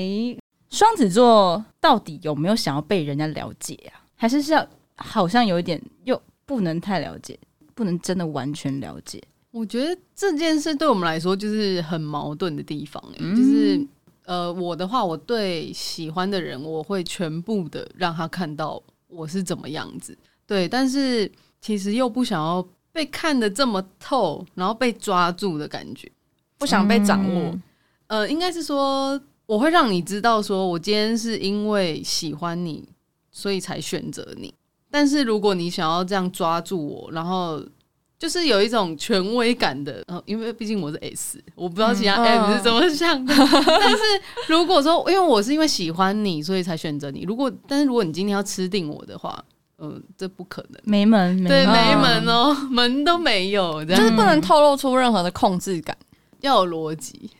双子座到底有没有想要被人家了解啊？还是是要好像有一点又不能太了解，不能真的完全了解？我觉得这件事对我们来说就是很矛盾的地方、欸，就是呃，我的话，我对喜欢的人，我会全部的让他看到我是怎么样子，对，但是其实又不想要被看得这么透，然后被抓住的感觉， 不想被掌握。呃，应该是说我会让你知道，说我今天是因为喜欢你，所以才选择你。但是如果你想要这样抓住我，然后就是有一种权威感的，呃、因为毕竟我是 S，我不知道其他嗯 M 嗯是怎么想 的。但是如果说，因为我是因为喜欢你，所以才选择你。如果但是如果你今天要吃定我的话，嗯、这不可能。没门没对，门没门哦，门都没有，这就样是不能透露出任何的控制感，要有逻辑。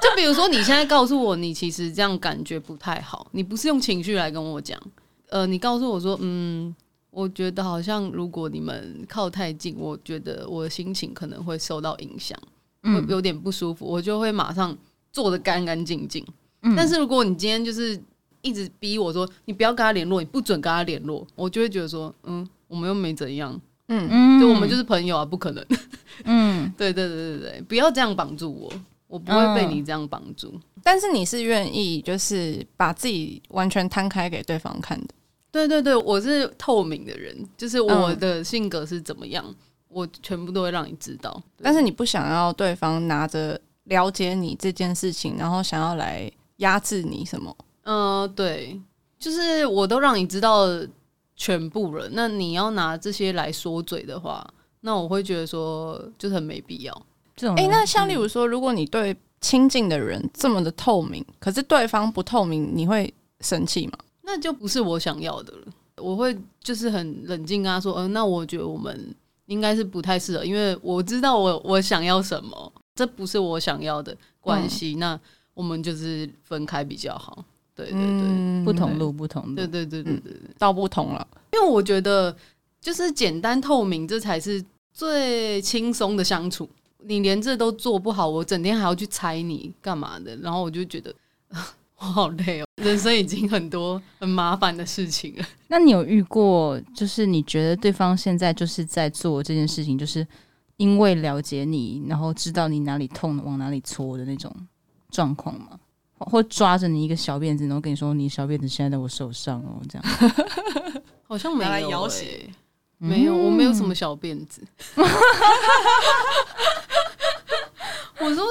就比如说，你现在告诉我，你其实这样感觉不太好，你不是用情绪来跟我讲，呃，你告诉我说，嗯，我觉得好像如果你们靠太近，我觉得我的心情可能会受到影响，会有点不舒服，我就会马上做的干干净净。嗯但是如果你今天就是一直逼我说，你不要跟他联络，你不准跟他联络，我就会觉得说，嗯，我们又没怎样，嗯就我们就是朋友啊，不可能。嗯对对对对对，不要这样绑住我，我不会被你这样绑住。但是你是愿意就是把自己完全摊开给对方看的。对对对，我是透明的人，就是我的性格是怎么样，我全部都会让你知道。但是你不想要对方拿着了解你这件事情，然后想要来压制你什么？嗯、对，就是我都让你知道全部了，那你要拿这些来说嘴的话，那我会觉得说就是很没必要。这种诶、那像例如说，如果你对亲近的人这么的透明，可是对方不透明，你会生气吗？那就不是我想要的了。我会就是很冷静跟他说，嗯、那我觉得我们应该是不太适合，因为我知道我我想要什么，这不是我想要的关系，那我们就是分开比较好。对对对，嗯嗯不同路不同嗯对路，对对对对，道不同了。因为我觉得就是简单透明，这才是最轻松的相处。你连这都做不好，我整天还要去猜你干嘛的，然后我就觉得 我好累哦，人生已经很多很麻烦的事情了。那你有遇过，就是你觉得对方现在就是在做这件事情，就是因为了解你，然后知道你哪里痛，往哪里戳的那种状况吗？或抓着你一个小辫子，然后跟你说你小辫子现在在我手上哦，这样。好像没有、拿来欸，要挟没有，我没有什么小辫子。我说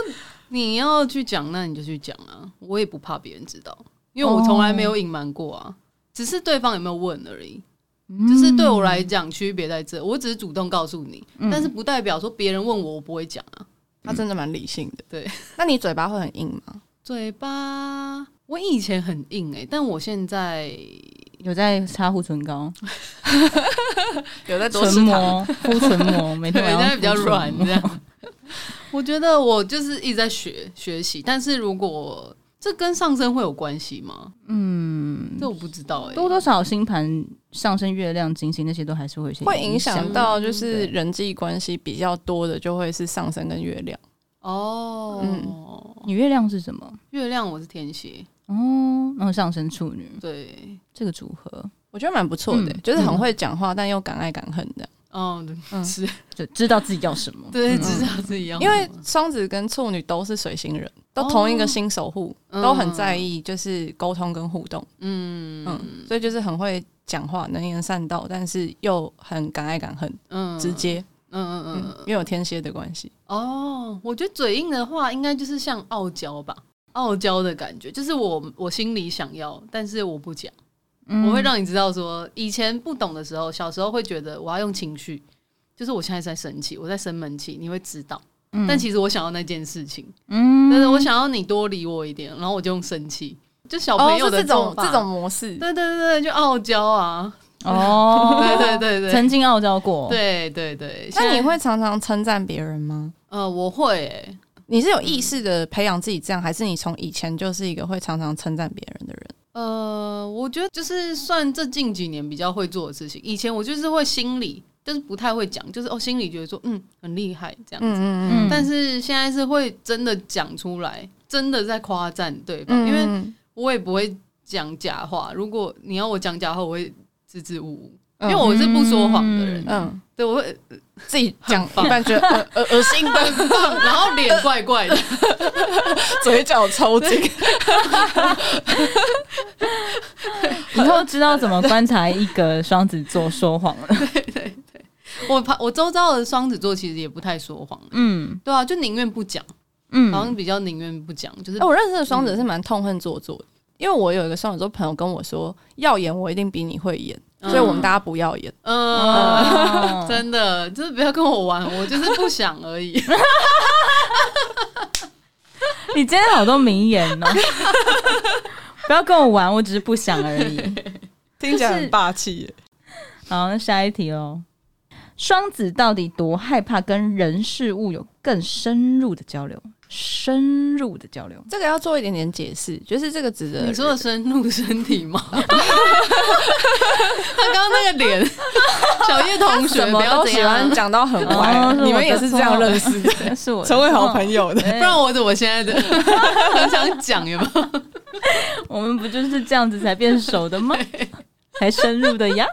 你要去讲，那你就去讲啊，我也不怕别人知道，因为我从来没有隐瞒过啊，只是对方有没有问而已。就是对我来讲，区别在这，我只是主动告诉你，但是不代表说别人问我，我不会讲啊。他真的蛮理性的。对，那你嘴巴会很硬吗？嘴巴，我以前很硬诶、但我现在有在擦护唇膏、有在多吃唇糖，膜、敷唇膜，每对，天晚现上在比较敷唇软膜这样。 我觉得我就是一直在学学习，但是如果这跟上升会有关系吗？嗯，这我不知道哎、多多少少星盘上升、月亮、金星那些都还是会有一些会影响响到就是人际关系比较多的，就会是上升跟月亮。哦，你月亮是什么？月亮我是天蝎，哦，然后上升处女对，这个组合，我觉得蛮不错的、嗯就是很会讲话，但又敢爱敢恨的。哦，对，嗯是，嗯就知道自己要什么。 对，只是是一样的因吗，为双子跟处女都是水星人，都哦同一个星守护，嗯都很在意就是沟通跟互动，嗯嗯，所以就是很会讲话，能言善道，但是又很敢爱敢恨，嗯直，接，嗯嗯嗯嗯，，因为有天蝎的关系，哦，我觉得嘴硬的话，应该就是像傲娇吧，傲娇的感觉，就是我我心里想要，但是我不讲。嗯我会让你知道说，以前不懂的时候，小时候会觉得我要用情绪，就是我现在在生气，我在生闷气，你会知道。嗯但其实我想要那件事情，嗯但是我想要你多理我一点，然后我就用生气，就小朋友哦是的这种做法这种，模式，对对对对，就傲娇啊，哦， 对对对对曾经傲娇过，，对对对。现那在你会常常称赞别人吗？呃，我会欸你是有意识的培养自己这样，还是你从以前就是一个会常常称赞别人的人？呃，我觉得就是算这近几年比较会做的事情，以前我就是会心里，但是不太会讲，就是哦心里觉得说嗯很厉害这样子。嗯嗯但是现在是会真的讲出来，真的在夸赞对嗯方，嗯因为我也不会讲假话。如果你要我讲假话，我会支支吾吾，因为我是不说谎的人。嗯对，我会， 自己讲一半觉得恶恶恶心的，然后脸怪怪的，嘴角抽筋。 以后知道怎么观察一个双子座说谎 了。我怕我周遭的双子座其实也不太说谎，嗯对啊，就宁愿不讲，好嗯，像比较宁愿不讲，就是哎，我认识的双子是蛮痛恨做作的，因为我有一个双子座朋友跟我说，要演我一定比你会演，所以我们大家不要演。嗯， 哦真的，就是不要跟我玩，我就是不想而已。你今天好多名言 哦。不要跟我玩，我只是不想而已。 听起来很霸气耶！好，那下一题哦。双子到底多害怕跟人事物有更深入的交流？深入的交流，这个要做一点点解释，就是这个指的你说的深入身体吗？ 他刚刚那个脸，小叶同学什不么要都这喜样欢，讲到很哦歪是，我你们也的是这样错认识的，是我的哎成为好错朋友的。对不然我怎么现 在的很想讲有没有？我们不就是这样子才变熟 的吗？才深入的呀。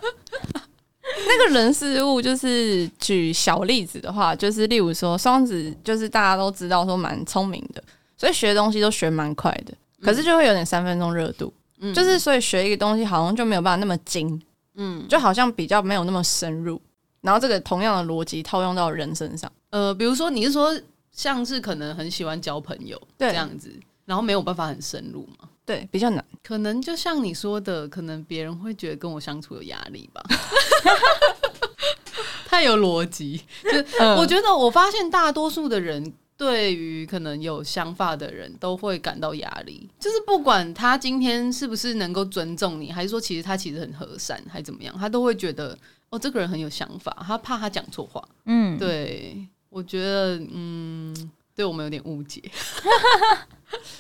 那个人事物，就是举小例子的话，就是例如说双子，就是大家都知道说蛮聪明的，所以学东西都学蛮快的，可是就会有点三分钟热度，嗯就是所以学一个东西好像就没有办法那么精，嗯就好像比较没有那么深入。然后这个同样的逻辑套用到人身上，呃，比如说你是说像是可能很喜欢交朋友对这样子，然后没有办法很深入嘛？对，比较难。可能就像你说的，可能别人会觉得跟我相处有压力吧。 太有逻辑， 嗯我觉得我发现大多数的人对于可能有想法的人都会感到压力，就是不管他今天是不是能够尊重你，还是说其实他其实很和善，还怎么样，他都会觉得哦这个人很有想法，他怕他讲错话。嗯，对，我觉得嗯，对我们有点误解。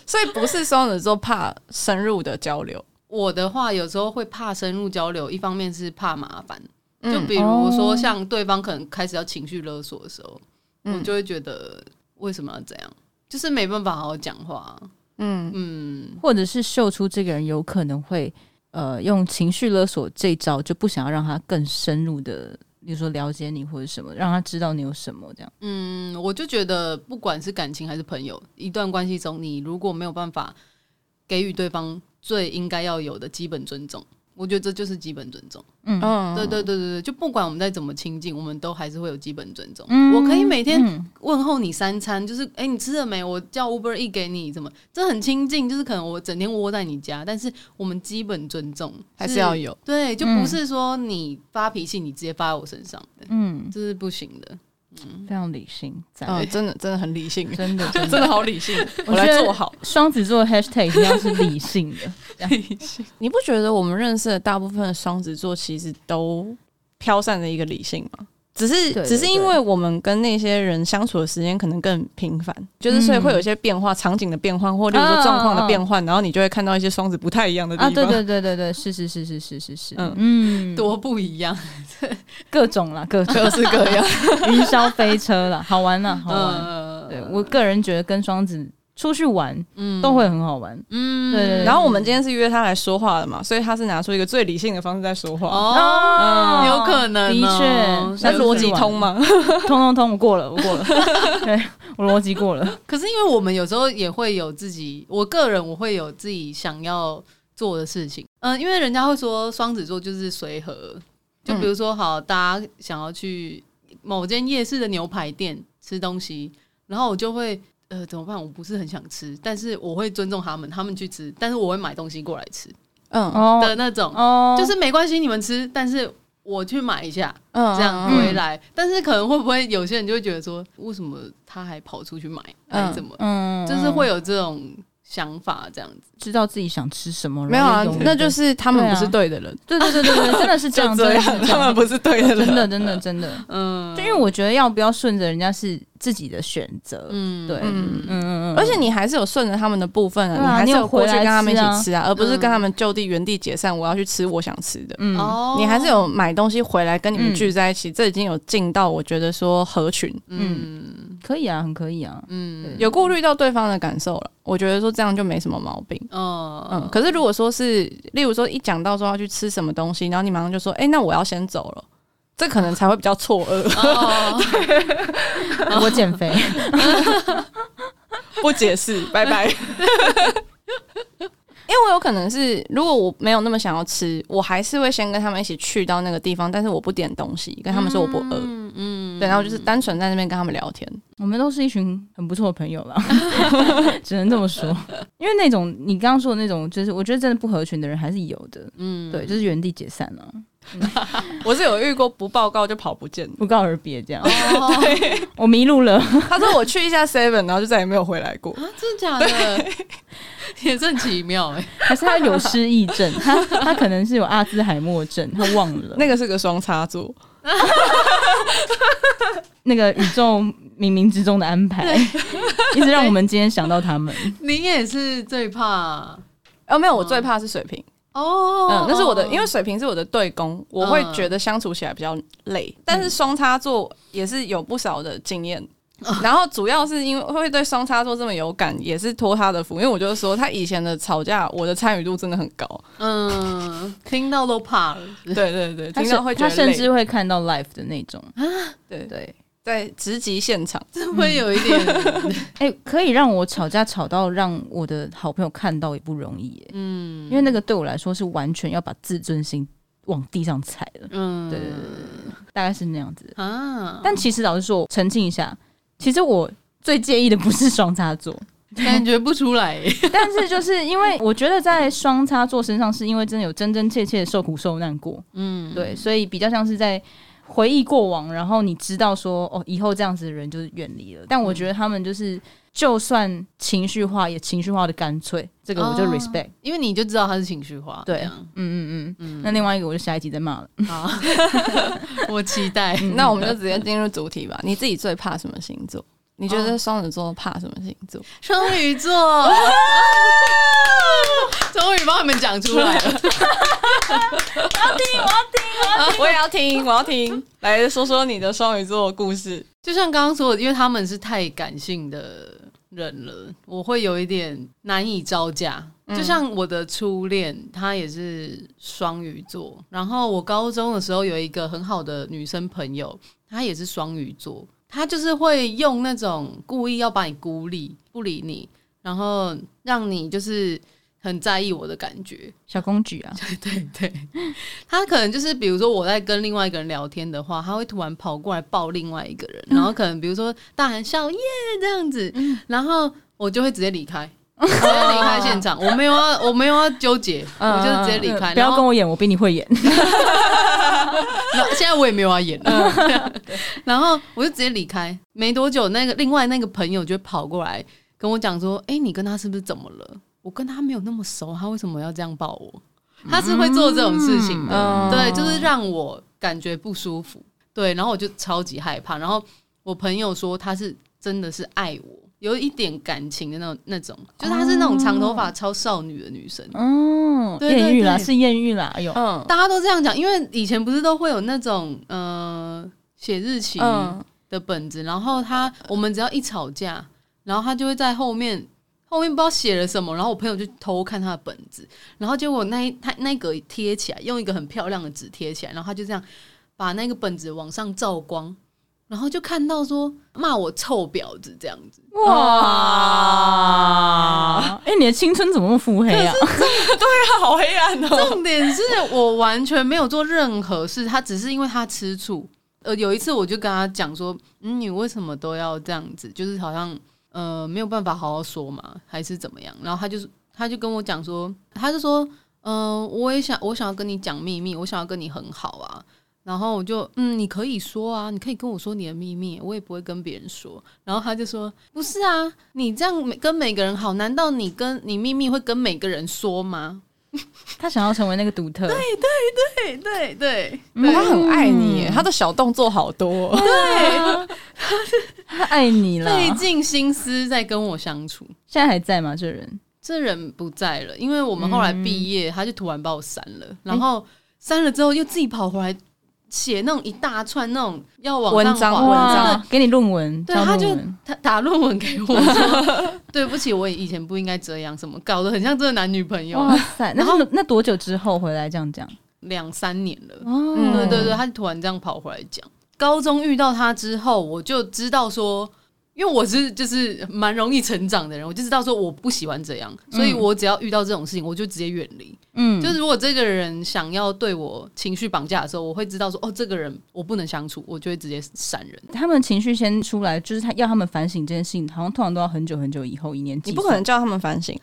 所以不是双子座怕深入的交流，我的话有时候会怕深入交流，一方面是怕麻烦，嗯就比如说像对方可能开始要情绪勒索的时候，嗯我就会觉得为什么要这样，就是没办法好好讲话。啊嗯，嗯，或者是秀出这个人有可能会呃用情绪勒索这一招，就不想要让他更深入的，比如说了解你或者什么，让他知道你有什么这样。嗯，我就觉得不管是感情还是朋友，一段关系中，你如果没有办法给予对方最应该要有的基本尊重。我觉得这就是基本尊重。嗯嗯，对对对对对，就不管我们再怎么亲近，我们都还是会有基本尊重。嗯我可以每天嗯问候你三餐，就是哎、诶你吃了没？我叫 Uber E 给你，怎么？这很亲近，就是可能我整天窝在你家，但是我们基本尊重还是要。有。对，就不是说你发脾气，你直接发在我身上的，嗯，这是不行 的。嗯非常理性，赞哦嗯，真的真的很理性，真的真 真的。的好理性。 我觉来得做好。双子座 hashtag 一定要是 理性的，你不觉得我们认识的大部分的双子座其实都飘散着一个理性吗？只是对对只是因为我们跟那些人相处的时间可能更频繁，就是所以会有一些变化，场景的变换，或例如说状况的变换，然后你就会看到一些双子不太一样的地啊，方。对对对对对，是是是是是是是，嗯嗯，多不一样，各种啦，各种各式各样。云霄飞车啦，好玩啦，好玩。呃，对我个人觉得跟双子出去玩嗯都会很好玩，嗯 对对对然后我们今天是约他来说话的嘛，所以他是拿出一个最理性的方式在说话，哦，哦有可能哦的确，那嗯那但是逻辑通吗？通通通，我过了，我过了， 对我逻辑过了，可是因为我们有时候也会有自己，我个人我会有自己想要做的事情。嗯、因为人家会说双子座就是随和，就嗯比如说好，大家想要去某间夜市的牛排店吃东西，然后我就会。呃，怎么办？我不是很想吃，但是我会尊重他们，他们去吃，但是我会买东西过来吃嗯哦的那种，哦，就是没关系，你们吃，但是我去买一下，嗯这样嗯回来。但是可能会不会有些人就会觉得说，为什么他还跑出去买，嗯还是怎么？嗯，就是会有这种想法，这样子。知道自己想吃什么，没有啊然后用，那就是他们不是对的人，对对对对对，真的是这样，就真这的是 样，这他样们，不是对的人，真的真的真的，嗯，就因为我觉得要不要顺着人家是自己的选择，嗯对，嗯嗯嗯嗯，而且你还是有顺着他们的部分对啊啊，还是有过去跟他们一你有回来起吃啊，而不是跟他们就地原地解散。我要去吃我想吃的，嗯哦你还是有买东西回来跟你们聚在一起，这已经有尽到我觉得说合群，嗯可以啊，很可以啊，嗯对有顾虑到对方的感受了。我觉得说这样就没什么毛病。哦嗯，可是如果说是，例如说一讲到说要去吃什么东西，然后你马上就说，哎、那我要先走了，这可能才会比较错愕，哦我减肥，不解释，拜拜。 因为我有可能是，如果我没有那么想要吃，我还是会先跟他们一起去到那个地方，但是我不点东西，跟他们说我不饿，嗯嗯对，然后就是单纯在那边跟他们聊天。我们都是一群很不错的朋友 了， 只能这么说。因为那种你刚刚说的那种，就是我觉得真的不合群的人还是有的，嗯对，就是原地解散啊了、我是有遇过不报告就跑不见的，不告而别这样。哦，我迷路了， 他说我去一下 Seven，然后就再也没有回来过。啊真的假的？ 也是很奇妙哎，还是他有失忆症？他他可能是有阿兹海默症，他忘了那那个是个双插座，那个宇宙冥冥之中的安排， 一直让我们今天想到他们。你也是最怕哦，没有，我最怕是水瓶。哦嗯，那是我的，因为为水瓶是我的对攻，我会觉得相处起来比较累。但是双插座也是有不少的经验，然后主要是因为会对双插座这么有感，也是托他的福，因为我就是说他以前的吵架，我的参与度真的很高。嗯，听到都怕了。对对对，他 听到会甚他觉得甚累至会看到 live 的那种，对对，对。在直击现场，这会有一点，哎、可以让我吵架吵到让我的好朋友看到也不容易耶、嗯因为那个对我来说是完全要把自尊心往地上踩了，嗯，对对对大概是那样子。啊，但其实老实说，我澄清一下，其实我最介意的不是双插座，感觉不出来欸， 但是就是因为我觉得在双插座身上，是因为真的有真真切切的受苦受难过，嗯，对，所以比较像是在。回忆过往，然后你知道说哦，以后这样子的人就是远离了。但我觉得他们就是，就算情绪化，也情绪化的干脆，这个我就哦 respect。因为你就知道他是情绪化，对这样嗯嗯嗯嗯。那另外一个我就下一集再骂了。好， 我期待。嗯那我们就直接进入主题吧。你自己最怕什么星座？你觉得双子座怕什么星座？双鱼座， 终于帮你们讲出来了。 我也要听，我要听，来说说你的双鱼座故事。就像刚刚说的，因为他们是太感性的人了，我会有一点难以招架。就像我的初恋，她也是双鱼座。然后我高中的时候有一个很好的女生朋友，她也是双鱼座。她就是会用那种故意要把你孤立、不理你，然后让你就是很在意我的感觉。小公举 啊，对对，他可能就是比如说我在跟另外一个人聊天的话，他会突然跑过来抱另外一个人，然后可能比如说大喊笑耶这样子，嗯然后我就会直接离开。直接离开现场，我没有要，我没有要纠结，我就直接离开。嗯不然要后跟我演，我比你会演。那现在我也没有要演了， 然后我就直接离开。没多久，那个另外那个朋友就跑过来跟我讲说：“哎、你跟他是不是怎么了？我跟他没有那么熟，他为什么要这样抱我？他是会做这种事情的，嗯对，就是让我感觉不舒服。对，然后我就超级害怕。然后我朋友说他是真的是爱我，有一点感情的那种那种，就是她是那种长头发超少女的女生。哦，对对艳遇啦，对是艳遇啦，哎呦，嗯大家都这样讲，因为以前不是都会有那种呃写日期 嗯的本子，然后他我们只要一吵架，然后他就会在后面后面不知道写了什么，然后我朋友就偷看他的本子，然后结果那一他那个贴起来，用一个很漂亮的纸贴起来，然后他就这样把那个本子往上照光。然后就看到说骂我臭婊子这样子，哇！哎、你的青春怎么那么腹黑啊？好黑暗哦。重点是我完全没有做任何事，他只是因为他吃醋。呃，有一次我就跟他讲说，嗯，你为什么都要这样子？就是好像呃没有办法好好说嘛，还是怎么样？然后他就是他就跟我讲说，他就说，嗯、我也想我想要跟你讲秘密，我想要跟你很好啊。然后我就嗯，你可以说啊，你可以跟我说你的秘密，我也不会跟别人说。然后他就说，不是啊，你这样每跟每个人好，难道你跟你秘密会跟每个人说吗？他想要成为那个独特，对对对，嗯他很爱你耶，他的小动作好多哦。对，嗯他爱你啦。费尽心思在跟我相处。现在还在吗？这人这人不在了，因为我们后来毕业，嗯他就突然把我删了，然后删了之后又自己跑回来写那种一大串那种要往上文章滑文章真的哇给你论文，对，交他论就文他打论文给我说， 对不起，我以前不应该这样，什么搞得很像真的男女朋友，哇塞！那是那多久之后回来这样讲？两三年了。哦，嗯对对对，他就突然这样跑回来讲。高中遇到他之后，我就知道说，因为我是就是蛮容易成长的人，我就知道说我不喜欢这样，嗯所以我只要遇到这种事情，我就直接远离。嗯，就是如果这个人想要对我情绪绑架的时候，我会知道说，哦，这个人我不能相处，我就会直接闪人。他们情绪先出来，就是他要他们反省这件事情，好像通常都要很久很久以后，一年级。 你不可能，叫他们反省，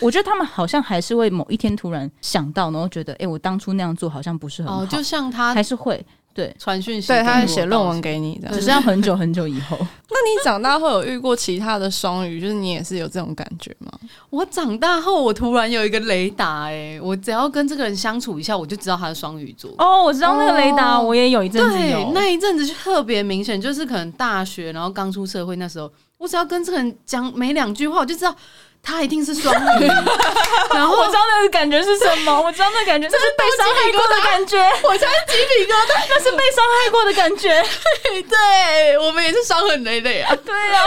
我觉得他们好像还是会某一天突然想到，然后觉得，哎、我当初那样做好像不是很好，哦，就像他还是会对，传讯息给我，对，他会写论文给你这样只。是要很久很久以后。那你长大会有遇过其他的双鱼，就是你也是有这种感觉吗？我长大后，我突然有一个雷达、哎，我只要跟这个人相处一下，我就知道他是双鱼座。哦，我知道那个雷达，我也有一阵子对有，。那一阵子就特别明显，就是可能大学，然后刚出社会那时候，我只要跟这个人讲没两句话，我就知道他一定是双 鱼。然后哦我知道那个感觉是什 么，我知道那个感觉，那是被伤害过的感觉，我才是鸡皮疙瘩，那是被伤害过的感觉。对我们也是伤痕累累啊， 对啊，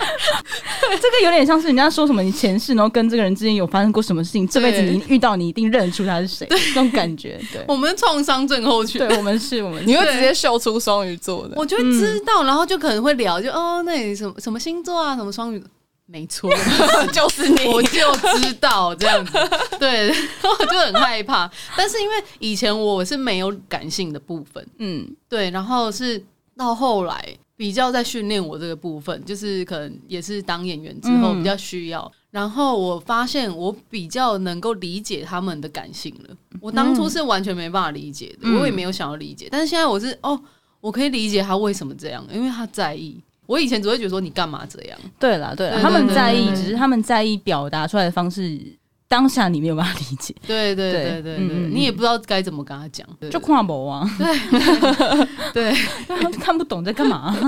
这个有点像是人家说什么你前世，然后跟这个人之间有发生过什么事情，这辈子你遇到你一定认出他是谁，这种感觉。对，我们创伤症候群。对我们是，我们是你会直接秀出双鱼座的我，就会知道，然后就可能会聊，就哦，那你什么什么星座啊，什么双鱼，没错，就是你 我 就知道这样子，对，然后我就很害怕。但是因为以前我是没有感性的部分， 嗯，对，然后是到后来比较在训练我这个部分，就是可能也是当演员之后嗯比较需要。然后我发现我比较能够理解他们的感性了。我当初是完全没办法理解的，嗯我也没有想要理解。但是现在我是哦，我可以理解他为什么这样，因为他在意。我以前只会觉得说你干嘛这样，对啦，对啦，对他们对在意，对对只是他们在意表达出来的方式，当下你没有办法理解，对对对对对嗯对，嗯你也不知道该怎么跟他讲，对就跨博啊， 对他们看不懂在干嘛啊、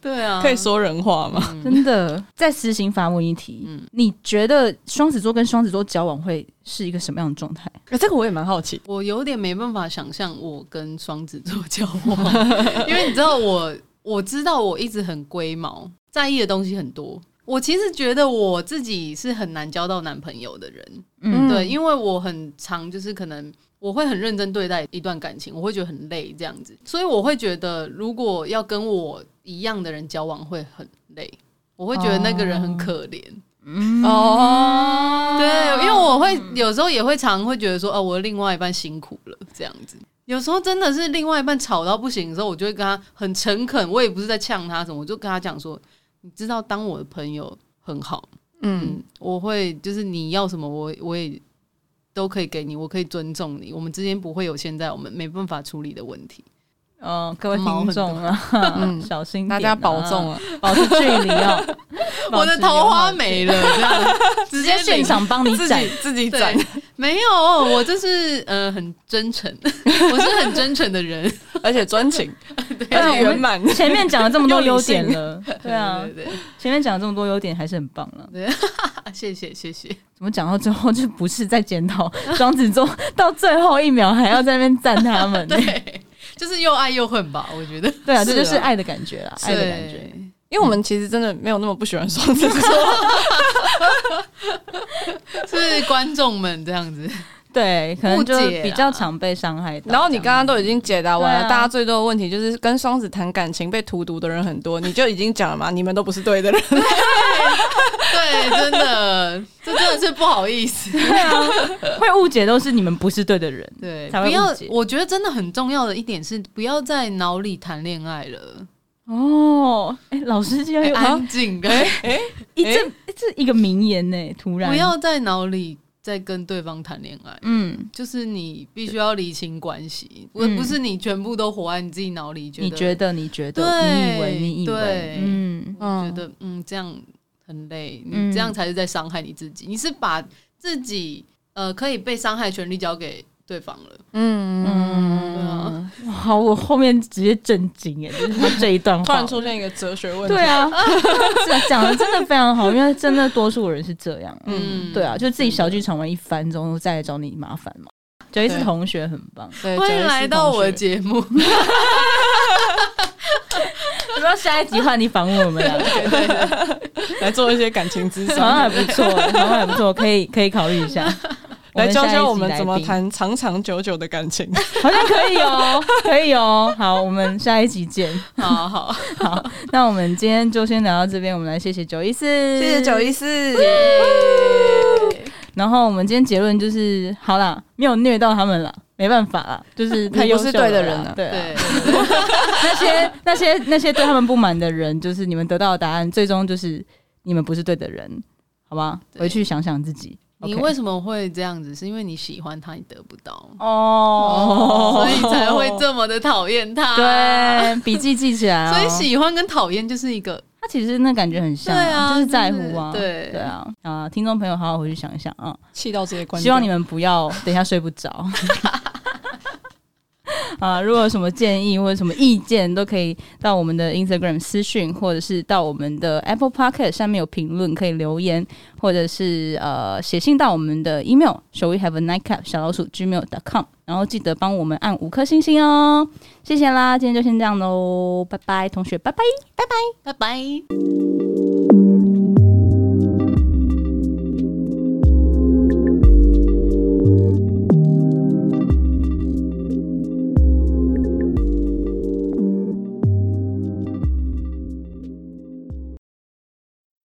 对啊，可以说人话吗？真的。在私心发问一题，嗯你觉得双子座跟双子座交往会是一个什么样的状态？欸这个我也蛮好奇。我有点没办法想象我跟双子座交往， 因为你知道我，我知道我一直很龟毛，在意的东西很多。我其实觉得我自己是很难交到男朋友的人，嗯嗯对，因为我很常就是可能我会很认真对待一段感情，我会觉得很累这样子，所以我会觉得如果要跟我一样的人交往会很累，我会觉得那个人很可怜，哦，对，因为我哦会有时候也会常会觉得说，哦、我的另外一半辛苦了这样子。有时候真的是另外一半吵到不行的时候，我就会跟他很诚恳，我也不是在呛他什么，我就跟他讲说，你知道，当我的朋友很好，嗯嗯，我会就是你要什么我，我也都可以给你，我可以尊重你，我们之间不会有现在我们没办法处理的问题。哦嗯，各位毛听很众 啊，小心点啊大家保重，嗯啊！保持距离哦。我的桃花没了，这样直直接现场帮你 自展己自己对展，，没有，我这是呃很真 诚，我是很真诚的人，而且专 情，对而啊且圆满。前面讲了这么多优点了，对啊，对对前面讲了这么多优点还是很棒了。啊，谢谢谢谢，怎么讲到最后就不是在检讨 双子座，到最后一秒还要在那边赞他们、对，就是又爱又恨吧，我觉得 对啊，是这就啊是爱的感觉啦，啊爱的感觉。对 因为我们其实真的没有那么不喜欢双子座， 是观众们这样子，对，可能误就解啊比较常被伤害到。然后你刚刚都已经解答完了，对啊大家最多的问题就是跟双子谈感情被荼毒的人很多，你就已经讲了嘛，你们都不是对的人。对，真的，这真的是不好意思，这样对啊，会误解都是你们不是对的人。对，才会不要误解，我觉得真的很重要的一点是，不要在脑里谈恋爱了，哦，哎、老师竟然哎有、安静， 一这、这一个名言呢、突然不要在脑里再跟对方谈恋爱。嗯，就是你必须要理清关系，不嗯不是你全部都活在你自己脑里，觉得你觉得你觉得对你以为你以为对嗯我觉得嗯这样很累，嗯你这样才是在伤害你自己，你是把自己呃可以被伤害权利交给对方了，嗯嗯对啊，好，我后面直接震惊哎、就是他这一段突话然。出现一个哲学问题，对啊，是讲的真的非常好，因为真的多数人是这样。嗯对啊，就自己小剧场玩一番之后，再来找你麻烦嘛。九一四对同学很棒，对，欢迎来到我的的节节目，不要下一集换你访问我们 俩，来做一些感 情咨好像啊商，还不错，好像还不错，可以可以考虑一 下。来教教我们下一集来宾怎么，谈长长久久的感情。好像可以 哦，可以哦。好，我们下一集见。好 好，好，那我们今天就先聊到这边，我们来谢谢九一四，一四，然后我们今天结论就是，好啦，没有虐到他们啦，没办法啦，就是太你不优秀是对了的啦人啊对啊对，那些那些那些对他们不满的人，就是你们得到的答案，最终就是你们不是对的人，好吧？对回去想想自己。你 OK 为什么会这样子？是因为你喜欢他，你得不到，哦，所以才会这么的讨厌他，。对啊笔记记起来、哦。所以喜欢跟讨厌就是一个他其实那感觉很像、对啊就是在乎啊，就是对对啊啊！听众朋友，好好回去想一想啊。气到直接关掉。希望你们不 要等一下睡不着。 啊，如果有什么建议或者什么意见，都可以到我们的 Instagram 私讯，或者是到我们的 Apple Pocket 上面有评论可以留言，或者是呃写信到我们的 email shall we have a nightcap 小老鼠 gmail.com，然后记得帮我们按五颗星星哦，谢谢啦，今天就先这样喽，拜拜，同学，拜拜。拜拜。